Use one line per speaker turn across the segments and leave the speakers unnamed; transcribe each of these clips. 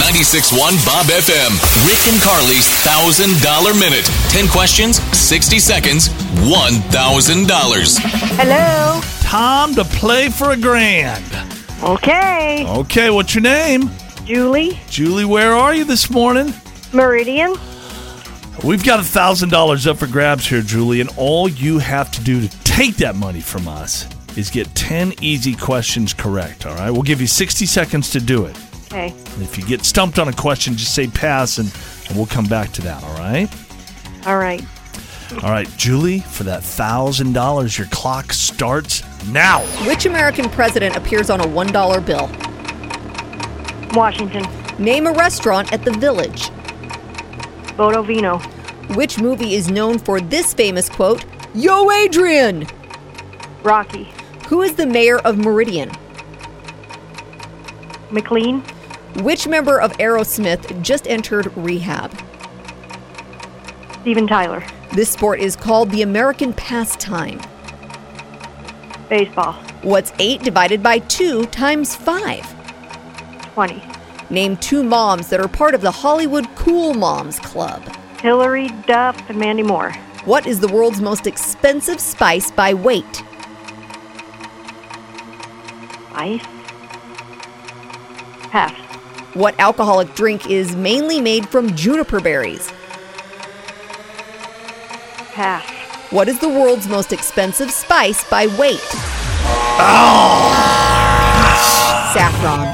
961 Bob FM. Rick and Carly's $1,000 minute. 10 questions, 60 seconds, $1,000.
Hello.
Time to play for a grand.
Okay.
Okay, what's your name?
Julie.
Julie, where are you this morning?
Meridian.
We've got $1,000 up for grabs here, Julie, and all you have to do to take that money from us is get 10 easy questions correct, all right? We'll give you 60 seconds to do it.
Okay.
And if you get stumped on a question, just say pass and, and we'll come back to that, all right?
All right.
All right, Julie, for that $1,000, your clock starts now.
Which American president appears on a $1 bill?
Washington.
Name a restaurant at the village.
Bodovino.
Which movie is known for this famous quote, Yo, Adrian?
Rocky.
Who is the mayor of Meridian?
McLean.
Which member of Aerosmith just entered rehab?
Steven Tyler.
This sport is called the American pastime.
Baseball.
What's 8 divided by 2 times 5?
20.
Name two moms that are part of the Hollywood Cool Moms Club.
Hillary Duff and Mandy Moore.
What is the world's most expensive spice by weight?
Ice. Pass.
What alcoholic drink is mainly made from juniper berries?
Pass.
What is the world's most expensive spice by weight? Saffron.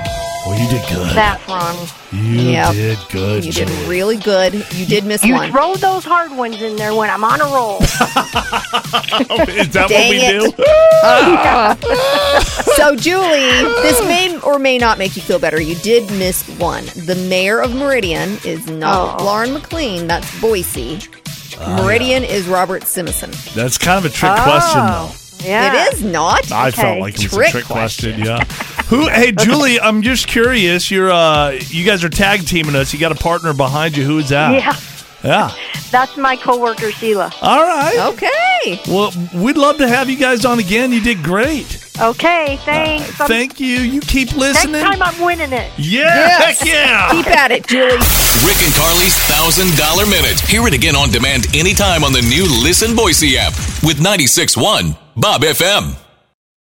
Well, you did good.
Saffron.
You
Yep.
did good,
You did
Julie.
really good. You did miss
You
one.
throw those hard ones in there when I'm on a roll.
Is that what
Dang
we
it.
do?
Oh.
So, Julie, this may or may not make you feel better. You did miss one. The mayor of Meridian is not
Oh.
Lauren McLean. That's Boise.
Ah,
Meridian is Robert Simonson.
That's kind of a trick question, though.
yeah.
It is not.
I felt
Oh, Ah. Okay.
like it was a
Trick
trick question. Yeah. Who? Hey, Julie. I'm just curious. You're uh, you guys are tag teaming us. You got a partner behind you. Who is that?
Yeah.
Yeah.
That's my coworker Sheila.
All right.
Okay.
Well, we'd love to have you guys on again. You did great.
Okay, thanks. I'm-
Thank you. You keep
next
listening.
time I'm winning it.
yeah.
Yes.
Heck yeah.
Keep at it, Julie.
Rick and Carly's $1,000 minute. Hear it again on demand anytime on the new Listen Boise app with 961 Bob FM.